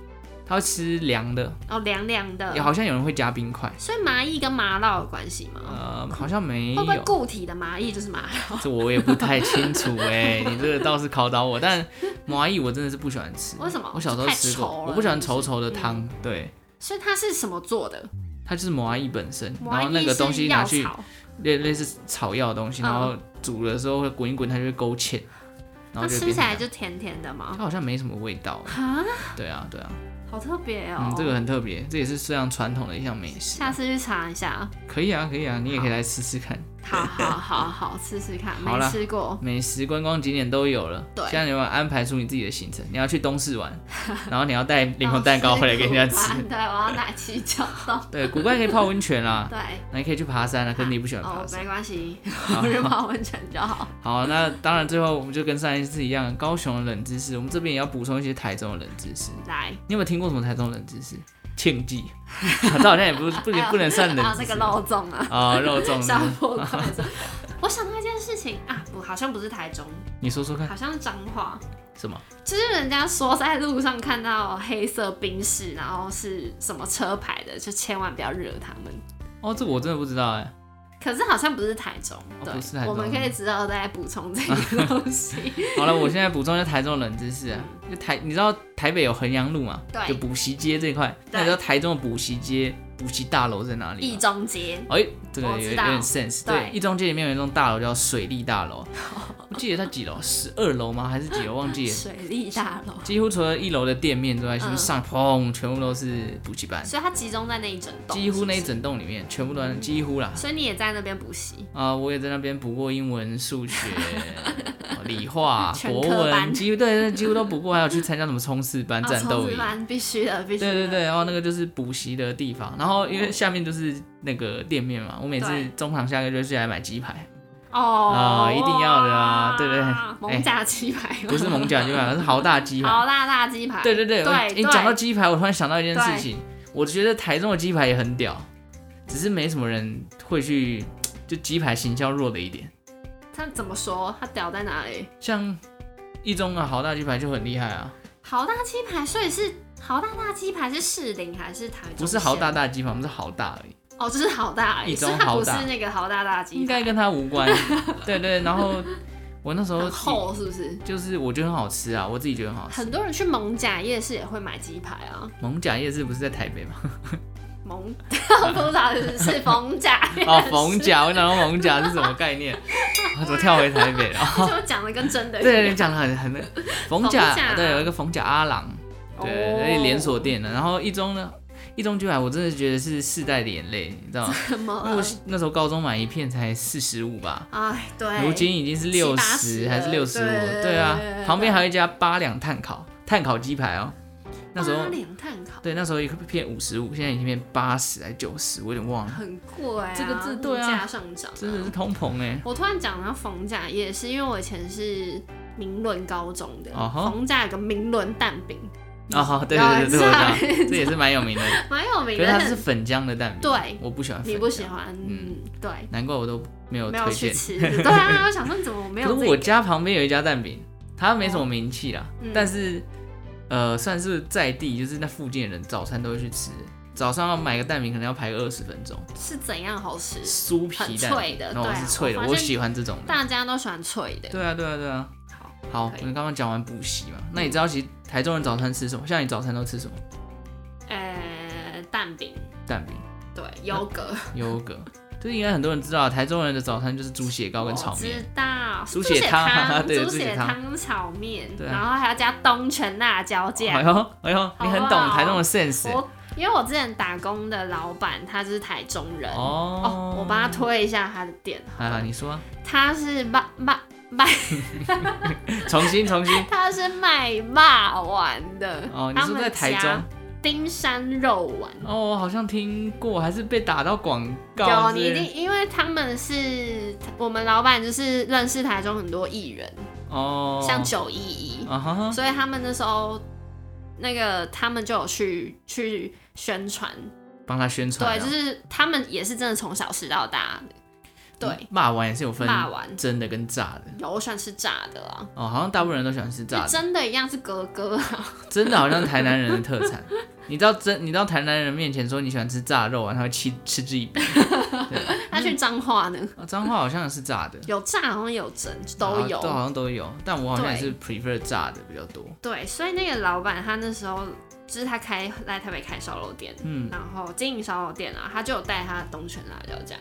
S1: 它会吃凉的，
S2: 哦，凉凉的
S1: 也。好像有人会加冰块，
S2: 所以麻薏跟麻辣有关系吗？
S1: 呃，好像没
S2: 哦会不会
S1: 有，
S2: 固体的麻薏就是麻辣？
S1: 这我也不太清楚 哎、你这个倒是考倒我，但麻薏我真的是不喜欢吃，
S2: 为什么
S1: 我小时候吃
S2: 太稠
S1: 过，
S2: 了
S1: 我不喜欢稠稠的汤，
S2: 嗯
S1: 对。
S2: 所以它是什么做的？
S1: 它就是麻薏本身，然
S2: 麻
S1: 后那
S2: 薏
S1: 个东
S2: 是
S1: 西拿
S2: 药
S1: 去
S2: 草，
S1: 类类似草药的东西，
S2: 嗯
S1: 然后煮的时候会滚一滚，它就会勾芡，然
S2: 那
S1: 后就
S2: 吃
S1: 变
S2: 起
S1: 成
S2: 来
S1: 这样
S2: 就甜甜的吗
S1: 它？好像没什么味 道。
S2: 啊，
S1: 对啊，对啊，
S2: 好特别哦、
S1: 嗯，这个很特别，这也是非常传统的一项美食
S2: 下。次去尝一下。
S1: 可以啊，可以啊，你也可以来吃吃看。
S2: 好好好好，试试看，
S1: 好啦
S2: 没吃过。
S1: 美食观光景点都有了，
S2: 对
S1: 现在你要安排出你自己的行程。你要去东市 玩，然后你要带柠檬蛋糕回来给人家吃
S2: 好。吃苦吧对，我要奶鸡脚冻。
S1: 对，古怪可以泡温泉啦，
S2: 对，
S1: 那你可以去爬山啊，可是你不喜欢爬
S2: 哦，
S1: 山
S2: 没。关系，
S1: 好
S2: 我就泡温泉就好。
S1: 好，那当然，最后我们就跟上一次一样，高雄的冷知识，我们这边也要补充一些台中的冷知识。
S2: 来，
S1: 你有没有听过什么台中冷知识？庆记，这 好像也不不
S2: 还有
S1: 不能算
S2: 还有
S1: 冷
S2: 那
S1: 知识
S2: 啊
S1: 哦
S2: 个肉粽啊，
S1: 啊，肉粽
S2: 小火锅。我想到一件件事情啊，不，好像不是台中，
S1: 你说说看
S2: 好像是彰化。
S1: 什么？
S2: 就是人家说在路上看到黑色冰室，然后是什么车牌的，就千万不要惹他们。
S1: 哦，这我真的不知道哎。
S2: 可是好像不是台中，对，
S1: 哦不是台中
S2: 我们可以知道再补充这个东 西。
S1: 好了，我现在补充一下台中的冷知识啊，就台你知道台北有衡阳路嘛？
S2: 对
S1: 就补习街这一块。那你知道台中的补习街、补习大楼在哪里
S2: 一
S1: 吗？
S2: 中街，
S1: 哎、这个
S2: 我
S1: 有
S2: 知
S1: 有
S2: 道
S1: 点 sense。
S2: 对
S1: 对，一中街里面有一栋大楼叫水利大 楼，我记得它几楼？十二楼吗？还是几楼？忘记了。
S2: 水利大楼，
S1: 几乎除了一楼的店面之外，就是
S2: 嗯
S1: 上砰，全部都是补习班，
S2: 所以它集中在那一整栋，
S1: 几乎那一
S2: 是
S1: 整栋里面全部都在几乎啦
S2: 不。是，所以你也在那边补习。
S1: 啊、我也在那边补过英文、数 学、哦理化、
S2: 全
S1: 国
S2: 科班
S1: 文，几乎对，对几乎都补过，还有去参加什么冲刺班、
S2: 啊
S1: 战斗
S2: 冲
S1: 营
S2: 刺。班必须的，必须的。
S1: 对对对，然后那个就是补习的地方，然后因为下面就是那个店面嘛，我每次
S2: 对
S1: 中场下课就去来买鸡排，
S2: 哦，
S1: 啊一定要的啊
S2: 哇
S1: 对不对
S2: 蒙甲鸡排 吗
S1: 不是蒙甲鸡排，是豪大鸡排。
S2: 好大大鸡排，
S1: 对对对，我
S2: 哦对，
S1: 你
S2: 对
S1: 讲到鸡排，我突然想到一件事情，我觉得台中的鸡排也很屌，只是没什么人会去，就鸡排行销弱了一点。
S2: 他怎么说？他屌在哪里？
S1: 像一中的豪大鸡排就很厉害啊，
S2: 豪大鸡排，所以是豪大大鸡排是士林还是台中？
S1: 不是豪大，大鸡排，我们是豪大而已，
S2: 哦，这是豪大而已，
S1: 一
S2: 所
S1: 中
S2: 以它不
S1: 豪
S2: 是
S1: 大
S2: 那个豪大大鸡排，
S1: 应该跟它无关。 对对，然后我那时候
S2: 很厚是不是？
S1: 就是我觉得很好吃啊，我自己觉得很好吃。
S2: 很多人去蒙甲夜市也会买鸡排啊，
S1: 蒙甲夜市不是在台北 吗？
S2: 蒙不知道是是逢甲夜 市
S1: 哦，逢，甲，我想到蒙甲是什么概念？我怎么跳回台北了？
S2: 就讲的跟真的一 样
S1: 对，你讲的很 很那个逢甲
S2: 逢甲，啊
S1: 对，有一个逢甲阿郎，对，
S2: 哦
S1: 那、连锁店啊的。然后一中呢，一中居然我真的觉得是世代的眼泪，你知 道吗？
S2: 什么
S1: 因为我那时候高中买一片才四十五吧，
S2: 哎，对，
S1: 如今已经是六
S2: 70
S1: 十还是六十
S2: 对
S1: 五？对啊
S2: 对，
S1: 旁边还有一家八两炭烤炭烤鸡排哦，那时候
S2: 八两碳烤
S1: 对，那时候一片五十五，现在已经变八十还九十，我有点忘了，
S2: 很贵啊，
S1: 这个字
S2: 物
S1: 对啊
S2: 价上涨啊，
S1: 真的是通膨 哎。
S2: 我突然讲到逢甲夜市，因为我以前是明伦高中的，
S1: 啊哈
S2: 逢甲有个明伦蛋饼，
S1: 啊、好，对对对对，我
S2: 然后
S1: 知道，这也是蛮有 名的。
S2: 蛮有名
S1: 可是它是
S2: 的。
S1: 粉浆的蛋饼，
S2: 对
S1: 我不喜欢粉浆。
S2: 你不喜欢？嗯
S1: 嗯，
S2: 对，
S1: 难怪我都没有
S2: 没有
S1: 推
S2: 去
S1: 荐。
S2: 吃。 对啊，我想说你怎么没
S1: 可
S2: 有
S1: 是
S2: 这个？
S1: 我家旁边有一家蛋饼，它没什么名气啦，
S2: 嗯
S1: 但是呃，算是在地，就是那附近的人早餐都会去吃。早上要买个蛋饼，可能要排个二十分钟。
S2: 是怎样好吃？
S1: 酥皮蛋饼
S2: 嗯很脆的
S1: 那我
S2: 对啊
S1: 是脆的，
S2: 我发
S1: 我
S2: 现
S1: 喜欢这种的。
S2: 大家都喜欢脆的。
S1: 对啊，对啊，对啊。
S2: 好，
S1: 好，
S2: 可以嗯
S1: 我们刚刚讲完补习嘛，那你知道其实台中人早餐吃什么？像你早餐都吃什么？
S2: 呃，蛋饼，
S1: 蛋饼、
S2: 对，优格，
S1: 优格，这应该很多人知道。啊台中人的早餐就是猪血糕跟炒面
S2: 我。知道
S1: 猪血汤啊
S2: 汤
S1: 对
S2: 猪
S1: 猪
S2: 血
S1: 血
S2: 汤炒面，
S1: 对啊
S2: 然后还要加东泉辣椒酱
S1: 哎。呦哎呦，你很
S2: 好
S1: 懂
S2: 不好
S1: 台中的 sense 欸
S2: 我因为我之前打工的老板他就是台中人，哦
S1: 哦，
S2: 我帮他推一下他的店好
S1: 啊，
S2: 了，
S1: 你说啊，
S2: 他是卖卖卖，
S1: 重新重新
S2: 他是卖霸丸的。
S1: 哦，你
S2: 他
S1: 说
S2: 们
S1: 在台
S2: 家
S1: 中
S2: 冰山肉丸？
S1: 哦，我好像听过，还是被打到广告
S2: 有
S1: 之类
S2: 你一
S1: 的。
S2: 定，因为他们是我们老板，就是认识台中很多艺人，
S1: 哦，
S2: 像九一一，
S1: 啊哈哈，
S2: 所以他们那时候那个他们就有去去宣传，
S1: 帮他宣传啊。
S2: 对，就是他们也是真的从小吃到大的，对，
S1: 骂完也是有分
S2: 骂完
S1: 真的跟炸的
S2: 有我喜欢吃炸的啦，
S1: 哦，好像大部分人都喜欢吃嗯炸
S2: 就
S1: 的，
S2: 真的一样是格格啊，
S1: 真的好像台南人的特产。 你知道真，你到台南人面前说你喜欢吃炸肉啊，他会嗤嗤之以 鼻。
S2: 他去彰化呢，
S1: 哦彰化好像是炸的，
S2: 有炸好像有蒸都有
S1: 啊，都好像都有，但我好像也
S2: 对
S1: 是 prefer 炸的比较多。
S2: 对，所以那个老板他那时候就是他开来台北开烧肉店，
S1: 嗯，
S2: 然后经营烧肉店啊，他就有带他的东泉辣椒酱，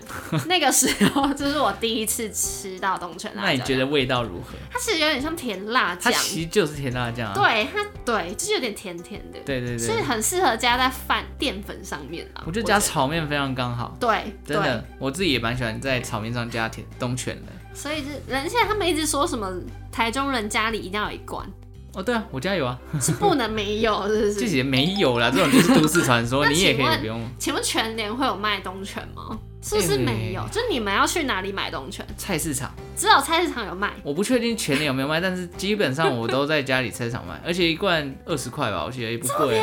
S2: 那个时候 这是我第一次吃到东泉辣椒
S1: 那
S2: 酱，
S1: 你觉得味道如何？
S2: 它其实有点像甜辣
S1: 它
S2: 酱，
S1: 其实就是甜辣酱啊。
S2: 对它对就是有点甜甜的，
S1: 对对对
S2: 是很适合加在饭淀粉上面啊，
S1: 我觉得加
S2: 觉
S1: 炒面非常刚好，
S2: 对
S1: 真
S2: 对
S1: 的，我自己也蛮喜欢在炒面上加甜东泉的。
S2: 所以就是，人现在他们一直说什么台中人家里一定要有一罐，
S1: 哦，对啊，我家有啊，
S2: 是不能没有，是不
S1: 这
S2: 是？
S1: 些没有啦，这种就是都市传说，
S2: 那
S1: 你也可
S2: 请问
S1: 以不用。
S2: 请问全联会有卖东泉吗？是不是没有？
S1: 哎
S2: 就你们要去哪里买东泉？
S1: 菜市场，
S2: 只有菜市场有卖，
S1: 我不确定全年有没有卖，但是基本上我都在家里菜市场卖，而且一罐二十块吧，我记得也不贵，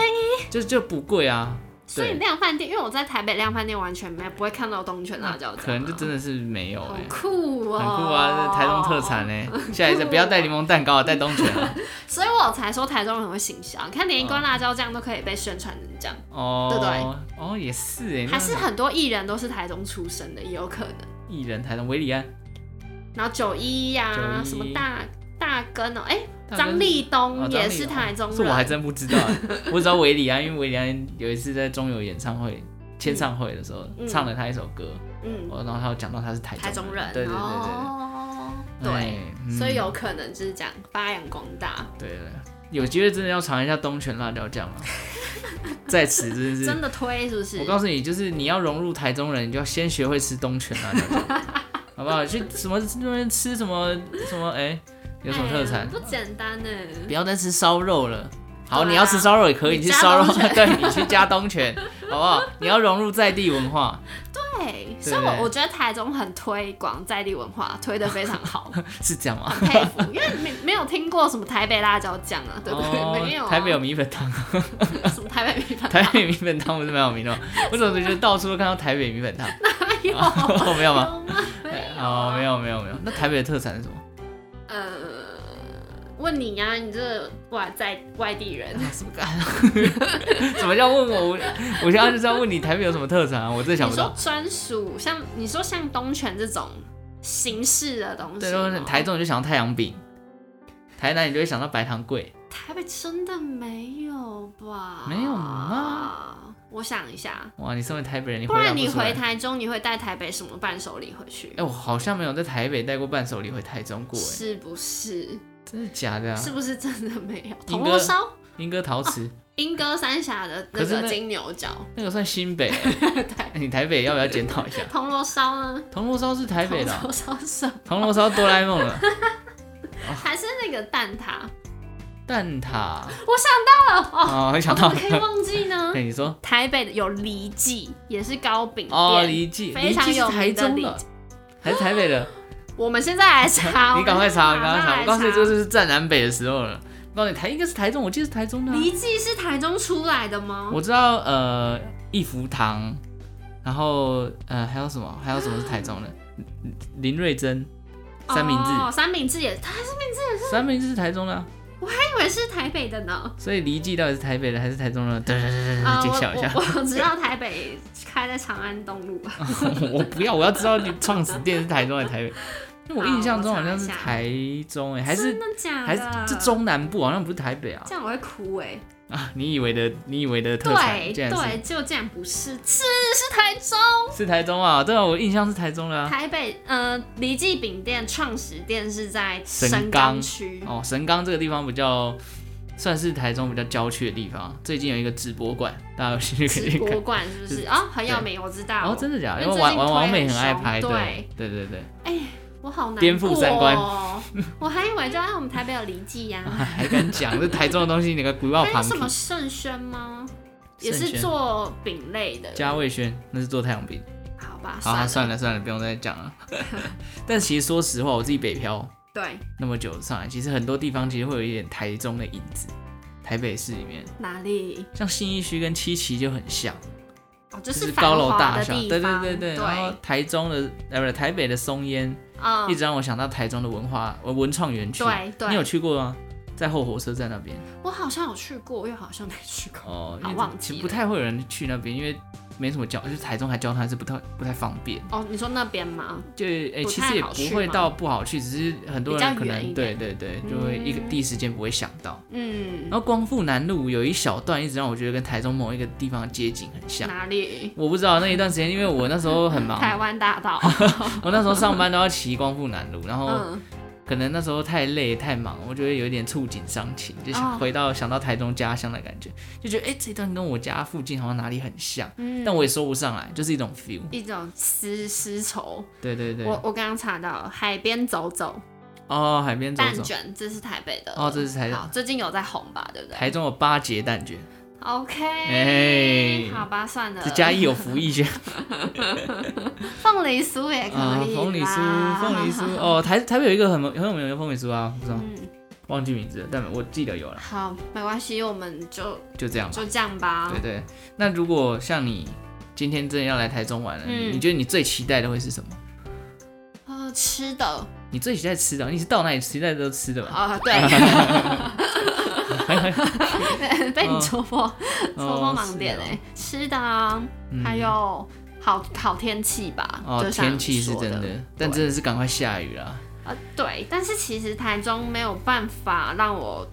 S1: 就就不贵啊。
S2: 所以
S1: 对
S2: 量饭店，因为我在台北量饭店完全没不会看到东泉辣椒酱啊，
S1: 可能就真的是没有
S2: 好
S1: 哎、
S2: 酷哦，
S1: 很酷啊，这是台中特产哎、下一次不要带柠檬蛋糕啊，带东泉啊。
S2: 所以我才说台中人会行销，你看连一罐辣椒酱都可以被宣传成这样，
S1: 哦，
S2: 对对
S1: 哦也是哎，
S2: 还是很多艺人都是台中出生的，也有可能。
S1: 艺人台中维里安，
S2: 然后九一呀，
S1: 九一
S2: 什么大大根哦、哎、
S1: 大根
S2: 啊张立
S1: 哦
S2: 东也是
S1: 张
S2: 台
S1: 力
S2: 中人，
S1: 这我还真不知道欸，我只知道维里安，因为维里安有一次在中友演唱会签唱会的时候
S2: 嗯
S1: 唱了他一首歌，
S2: 嗯，
S1: 哦，然后他有讲到他是台
S2: 台中人，
S1: 对对对
S2: 哦，
S1: 对，
S2: 对，
S1: 哎嗯
S2: 所以有可能就是讲发扬光大，
S1: 对对，有机会真的要尝一下东泉辣椒酱了， 在此真的是
S2: 真的推是不是
S1: 我？告诉你，就是你要融入台中人，你就要先学会吃东泉辣椒 酱，好不好？去什么那边吃什么什么，哎、有什么特
S2: 哎
S1: 产？
S2: 不简单呢，
S1: 不要再吃烧肉了。好，
S2: 对啊
S1: 你要吃烧肉也可以，你
S2: 你
S1: 去
S2: 加
S1: 烧肉，
S2: 东 泉
S1: 对你去加东泉，好不好？你要融入在地文化，
S2: 对，
S1: 对
S2: 所以我
S1: 对
S2: 我觉得台中很推广在地文化，推的非常 好，
S1: 是这样吗？
S2: 很佩服，因为没没有听过什么台北辣椒酱啊，对不对？没有啊，
S1: 哦台北有米粉汤，
S2: 什么台北米粉，
S1: 台北米粉汤不是蛮有名的吗？ 我怎么觉得到处都看到台北米粉汤？ 哪有？没有吗？
S2: 有吗？没有
S1: 哦，
S2: 啊
S1: 没有没有没有。那台北的特产是什 么？
S2: 呃，问你呀、你这哇在外地人，
S1: 什么干？什么叫问我？我我现在就是要问你台北有什么特产啊？我真的想
S2: 你
S1: 不
S2: 说
S1: 到。
S2: 专属像你说像东泉这种形式的东西吗，
S1: 对，就是台中你就想到太阳饼，台南你就会想到白糖桂。
S2: 台北真的没有吧？
S1: 没有吗？
S2: 我想一下，
S1: 哇，你身为台北人，你
S2: 不
S1: 回
S2: 然
S1: 答
S2: 你
S1: 出来
S2: 回。台中，你会带台北什么伴手礼回去
S1: 哎、？我好像没有在台北带过伴手礼回台中过，哎，
S2: 是不是？
S1: 真的假的啊
S2: 是？不哦是真的没有？
S1: 莺
S2: 铜
S1: 歌
S2: 锣烧、
S1: 莺歌陶瓷、
S2: 莺歌三峡的那
S1: 可是
S2: 个
S1: 那
S2: 金牛角，
S1: 那个算新 北、哎你台北要不要检讨一下？
S2: 铜锣烧呢？
S1: 铜锣烧是台北
S2: 铜
S1: 的啊、
S2: 锣烧是什么？
S1: 铜锣烧哆啦 A 梦了，
S2: 还是那个 蛋挞？
S1: 蛋挞
S2: 我想到了，哦，
S1: 哦，我想
S2: 我怎
S1: 到
S2: 么
S1: 了，
S2: 可以忘记呢？
S1: 对，你说
S2: 台北的有梨记，也是糕饼
S1: 哦，
S2: 店
S1: 离记，
S2: 非
S1: 离
S2: 常
S1: 记是
S2: 有
S1: 台
S2: 名的
S1: 中
S2: 梨
S1: 的
S2: 记。哦
S1: 还是台北的，
S2: 我们现在来 查，
S1: 你赶快查，
S2: 我
S1: 赶
S2: 们
S1: 快查！
S2: 现在马上来
S1: 我告诉你，这个就是站南北的时候了。我告诉你，台应该是台中，我记得是台中的啊、
S2: 梨记是台中出来的吗？
S1: 我知道，呃，益福堂，然后呃，还有什么？还有什么是台中的？林林瑞珍，三明治，
S2: 哦，三明治也，他是
S1: 三明治是台中的啊、
S2: 以为是台北的呢。
S1: 所以离记到底是台北的还是台 中的？对对对
S2: 啊，
S1: 对，揭
S2: 我
S1: 嗯晓一下。
S2: 我我 知道台北开在长安东路，
S1: 我不要，我要知道你创始店是台中还是台北。因为我印象中好像是
S2: 好我查
S1: 台中、 哎，还是
S2: 真的假的？
S1: 还是这中南部好像不是台北啊
S2: 这样我会哭哎。
S1: 啊！你以为的你以为的特产
S2: 对
S1: 竟然是
S2: 对，就这样不是，是是台中
S1: 是台中啊？对啊，我印象是台中的啊。
S2: 台北，呃，梨记饼店创始店是在
S1: 神
S2: 神
S1: 冈
S2: 冈区。
S1: 哦，神冈这个地方比较算是台中比较郊区的地方，最近有一个直播馆，大家有兴趣可以
S2: 直
S1: 去
S2: 播
S1: 看。
S2: 馆是不是？
S1: 是
S2: 哦，很有名，我知道。
S1: 哦，真的假的？
S2: 因
S1: 因
S2: 为
S1: 为玩
S2: 最近
S1: 玩
S2: 推
S1: 王美
S2: 很
S1: 很爱
S2: 凶
S1: 拍，对
S2: 对
S1: 对对 对，
S2: 我好难过、哦。
S1: 颠覆三观
S2: 我还以为就按我们台北有李记呀、
S1: 还还敢讲这台中的东西，你个鬼话
S2: 还有
S1: 旁
S2: 什
S1: 听
S2: 么。盛轩吗？也
S1: 盛
S2: 是
S1: 轩
S2: 做饼类的。
S1: 加味轩那是做太阳饼，
S2: 好吧，
S1: 好、
S2: 算
S1: 啊，
S2: 了
S1: 算了算了，不用再讲了。 但其实说实话，我自己北漂
S2: 对，
S1: 那么久上来，其实很多地方其实会有一点台中的影子。台北市里面，
S2: 哪里？
S1: 像信义区跟七期就很像，
S2: 哦，
S1: 就
S2: 就
S1: 是是
S2: 繁
S1: 高楼
S2: 华
S1: 大
S2: 的
S1: 厦。
S2: 地
S1: 对对
S2: 方
S1: 对对。
S2: 对，
S1: 然后台中的，呃，不是台北的松烟，
S2: 嗯
S1: 一直让我想到台中的文化文文创园区。
S2: 对对
S1: 你有去过吗？在后火车站那边
S2: 我好像有去过，又好像没去过。
S1: 哦，
S2: 好
S1: 因为
S2: 忘记
S1: 其
S2: 了
S1: 实不太会有人去那边，因为没什么交，就是台中还交通还是不太不太方便。
S2: 哦，你说那边吗？
S1: 就诶、
S2: 不
S1: 其
S2: 太
S1: 实也
S2: 好
S1: 不
S2: 去
S1: 会
S2: 吗
S1: 到不好去，只是很多
S2: 比较
S1: 人可
S2: 远一
S1: 能对
S2: 点
S1: 对对，就会一个第一时间不会想到。
S2: 嗯
S1: 然，后光复南路有一小段，一直让我觉得跟台中某一个地方的街景很像。
S2: 哪里？
S1: 我不知道那一段时间，因为我那时候很 忙，
S2: 台湾大道。
S1: 我那时候上班都要骑光复南路，然后
S2: 嗯，
S1: 可能那时候太累太忙，我觉得有一点触景伤情，就想
S2: 哦
S1: 回到想到台中家乡的感觉，就觉得哎、诶这段跟我家附近好像哪里很像，
S2: 嗯
S1: 但我也说不上来，就是一种 feel。
S2: 一种丝丝绸。
S1: 对对对，
S2: 我我刚刚查到了海边走走，
S1: 哦，海边走
S2: 蛋
S1: 走，
S2: 卷，这是台北的
S1: 哦这是台
S2: 好，最近有在红吧，对不对
S1: 台中有八节蛋卷，
S2: ？OK，、
S1: 哎
S2: 好吧，算了
S1: 这。嘉义有福义 轩
S2: 凤梨酥也可以、
S1: 啊，凤梨酥，凤梨酥，，哦，台台北有一个很很有名的凤梨酥啊，我不知道，
S2: 嗯，
S1: 忘记名字了，但我记得有了，
S2: 好，没关系，我们就
S1: 就这样吧。
S2: 就这样吧
S1: 对。对，那如果像你今天真的要来台中玩了，
S2: 嗯
S1: 你你觉得你最期待的会是什么？
S2: 呃，吃的
S1: 你最期待吃的，你是到哪里期待都吃的吧？
S2: 啊、对， 被你戳破，戳破盲点哎、吃的啊，
S1: 哦嗯
S2: 还有好好天气吧，
S1: 哦，
S2: 就像
S1: 天
S2: 你
S1: 气是
S2: 说
S1: 真
S2: 的，
S1: 的，但
S2: 对
S1: 真的是赶快下雨啦。
S2: 呃，对，但是其实台中没有办法让我，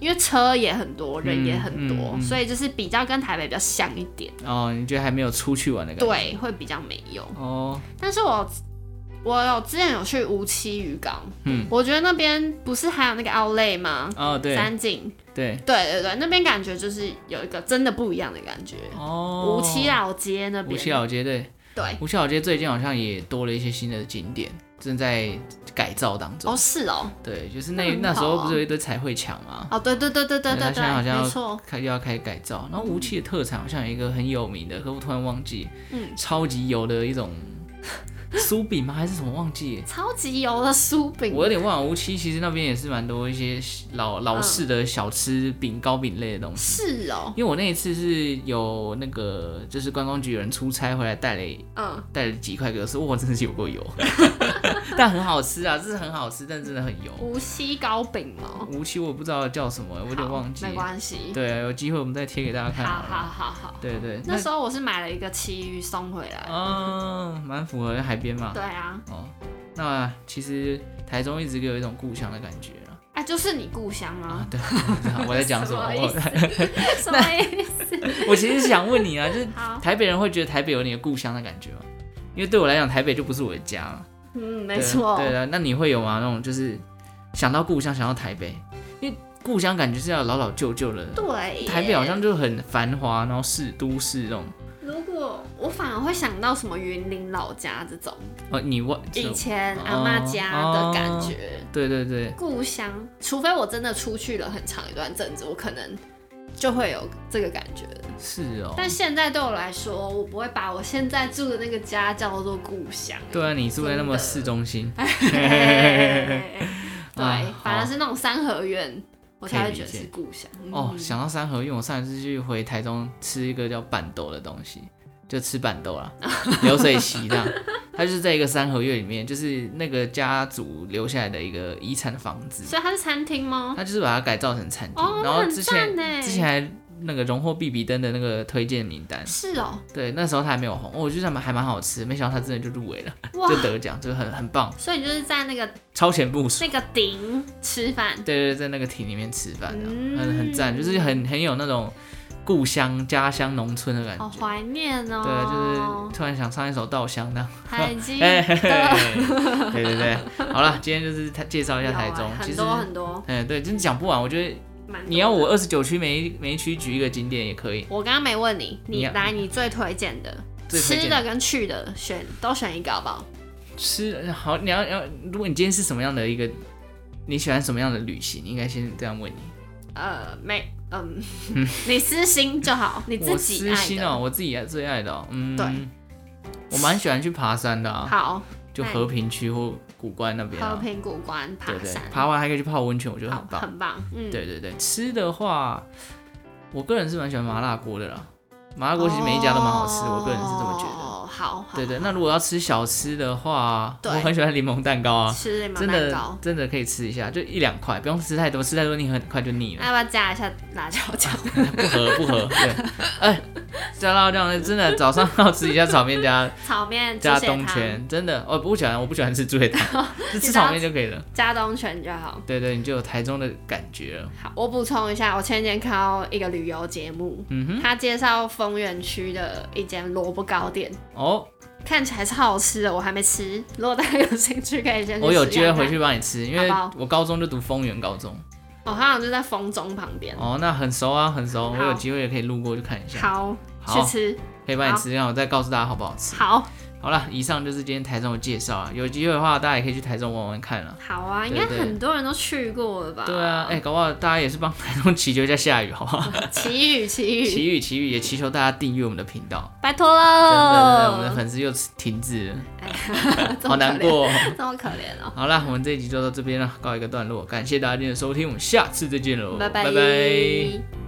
S2: 因为车也很多，人也很多，
S1: 嗯嗯嗯
S2: 所以就是比较跟台北比较像一点，
S1: 哦，你觉得还没有出去玩的感觉？。
S2: 对，会比较没有。
S1: 哦，
S2: 但是我我有之前有去无期渔港，
S1: 嗯
S2: 我觉得那边不是还有那个奥莱吗？
S1: 哦，对
S2: 三井，
S1: 对。
S2: 对对对，那边感觉就是有一个真的不一样的感觉。
S1: 哦，啊
S2: 无期，老街那边，
S1: 无期老街对，
S2: 对，
S1: 无期老街最近好像也多了一些新的景点，正在改造当中。
S2: 哦是哦，
S1: 对，就是那
S2: 那
S1: 那
S2: 很
S1: 时
S2: 好啊
S1: 候不是有一堆彩绘墙吗？
S2: 哦对对对对对
S1: 他
S2: 对
S1: 现在好
S2: 对，
S1: 像
S2: 没
S1: 要
S2: 错，
S1: 开又要开始改造。然后无期的特产好像有一个很有名的，可我突然忘记，
S2: 嗯，
S1: 超级油的一种 酥饼吗？还是什么？忘记耶。
S2: 超级油的酥饼，
S1: 我有点忘了，无期其实那边也是蛮多一些老老式的小吃饼、糕饼类的东西。
S2: 是哦，
S1: 因为我那一次是有那个，就是观光局有人出差回来带了
S2: 嗯，
S1: 带了几块给我吃，哇，真的是有够油， 但很好吃啊，这是很好吃，但真的很油。
S2: 无锡糕饼哦，
S1: 无期我不知道叫什么，我有点
S2: 好
S1: 忘记。
S2: 没关系，
S1: 对啊，有机会我们再贴给大家看
S2: 好
S1: 好了。
S2: 好好好，
S1: 对对，
S2: 那时候我是买了一个旗鱼送回来，
S1: 嗯，蛮符合海边嘛。
S2: 对啊，
S1: 哦，那其实台中一直给我一种故乡的感觉啦。
S2: 哎就是你故乡
S1: 啊
S2: 啊，，
S1: 对，我在讲什
S2: 什
S1: 么？
S2: 么意
S1: 我
S2: 思？什么意思？
S1: 我其实是想问你啊，就是
S2: 好，
S1: 台北人会觉得台北有你的故乡的感觉吗？因为对我来讲，台北就不是我的家嘛。
S2: 嗯，
S1: 对
S2: 没错，
S1: 对啊的，那你会有吗？那种就是想到故乡，想到台北，因为故乡感觉是要老老旧旧的。
S2: 对耶，
S1: 台北好像就很繁华，然后是都市那种。
S2: 如果我反而会想到什么云林老家这种
S1: 哦，你忘
S2: 以前阿妈家的感觉，
S1: 对对对，
S2: 故乡。除非我真的出去了很长一段阵子，我可能就会有这个感觉。
S1: 是哦。
S2: 但现在对我来说，我不会把我现在住的那个家叫做故 乡。
S1: 对啊，你住在那么市中心，啊
S2: 对，反而是那种三合院，我才会觉得
S1: 可以
S2: 是
S1: 理解
S2: 故乡。
S1: 哦，
S2: 嗯
S1: 想到三合院，我上一次去回台中吃一个叫板豆的东西，就吃板豆 啦，流水席这样。它就是在一个三合院里面，就是那个家族留下来的一个遗产房子，
S2: 所以它是餐厅吗？
S1: 它就是把它改造成餐厅。
S2: 哦，
S1: 然
S2: 那
S1: 后
S2: 很
S1: 之前
S2: 赞呢。
S1: 之前还那个荣获必比登的那个推荐名单，
S2: 是哦，
S1: 对，那时候它还没有红，哦我觉得还蛮好吃，没想到它真的就入围了，
S2: 哇
S1: 就，得奖，就很很棒，
S2: 所以你就是在那个
S1: 超前部署。
S2: 那个顶吃饭。
S1: 对对，对在那个亭里面吃饭，这样
S2: 嗯
S1: 很很赞，就是很很有那种故乡、家乡、农村的感
S2: 好
S1: 觉。
S2: 怀念哦！
S1: 对，就是突然想唱一首《稻香》那样。
S2: 他已经
S1: 哎，嘿
S2: 得了
S1: 嘿对对对，好了，今天就是他介绍一下台中
S2: 有欸，
S1: 其
S2: 很
S1: 实。
S2: 多很多，
S1: 嗯，对，真的讲不完。我觉得
S2: 蛮多
S1: 你要我
S2: 的，
S1: 二十九区每一每一区举一个景点也可以。
S2: 我刚刚没问你，
S1: 你
S2: 你
S1: 要
S2: 来你最推荐的
S1: 最推
S2: 吃
S1: 荐
S2: 的跟去的选都选一个好不好？
S1: 吃好，你要要，如果你今天是什么样的一个，你喜欢什么样的旅行，应该先这样问你。
S2: 呃，没，嗯， 你私心 就好，你自
S1: 我
S2: 己
S1: 私
S2: 爱
S1: 心
S2: 的。
S1: 哦，我自己最爱的、哦，嗯，
S2: 对，
S1: 我蛮喜欢去爬山的啊。
S2: 好，
S1: 就和平区或古关那边、
S2: 和
S1: 啊，
S2: 平谷关爬
S1: 对对
S2: 山，，
S1: 爬完还可以去泡温泉，我觉得
S2: 好
S1: 很，棒。
S2: 很棒，嗯，
S1: 对对对，吃的话，我个人是蛮喜欢麻辣锅的啦，麻辣锅其实每一家都蛮好吃，我个人是这么觉得。
S2: 哦，好，好
S1: 对对，那如果要吃小吃的话，我
S2: 对
S1: 很喜欢柠檬蛋糕啊，
S2: 吃柠檬
S1: 真
S2: 蛋
S1: 的
S2: 糕，
S1: 真的可以吃一下，就一两块，不用吃太多，吃太多你很快就腻了，
S2: 那 要不要加一下辣椒酱？
S1: 不合不合。对，哎，加辣酱真的早上要吃一下炒面加
S2: 炒面、猪
S1: 加
S2: 血
S1: 冬
S2: 汤，
S1: 泉，真的，哦不喜欢我不喜欢吃猪血 汤，就吃炒面就可以了。
S2: 加冬泉就好。
S1: 对对，你就有台中的感觉了。
S2: 好，我补充一下，我前几天看到一个旅游节目，
S1: 嗯哼，
S2: 他介绍丰原区的一间萝卜糕店，
S1: 哦，
S2: 看起来超好吃的，我还没吃。如果大家有兴趣，可以先去
S1: 我有
S2: 试
S1: 机会
S2: 看看
S1: 回去。帮你吃，因为
S2: 好不
S1: 我高中就读丰原高中，
S2: 哦，它好像就在丰中旁边。
S1: 哦，那很熟啊，很熟，
S2: 好
S1: 我有机会也可以路过去看一下，
S2: 好，
S1: 好
S2: 去吃。
S1: 可以帮你吃，让我再告诉大家好不好吃。
S2: 好，
S1: 好了，以上就是今天台中的介绍啊，有机会的话大家也可以去台中玩玩看啊。
S2: 好啊，应
S1: 对
S2: 该
S1: 对
S2: 很多人都去过了吧？
S1: 对啊，哎、搞不好大家也是帮台中祈求一下下雨，好不 好？
S2: 奇遇奇
S1: 祈
S2: 遇，
S1: 雨祈雨，也祈求大家订阅我们的频道。
S2: 拜托
S1: 真的，真的，我们
S2: 了
S1: 的，粉丝又停滞了，
S2: 这
S1: 好
S2: 么可
S1: 难
S2: 怜，
S1: 过哦、
S2: 这么可怜哦。
S1: 好啦，我们这一集就到这边了，告一个段落，感谢大家今天的收听，我们下次再见喽，
S2: 拜
S1: 哦拜拜
S2: 拜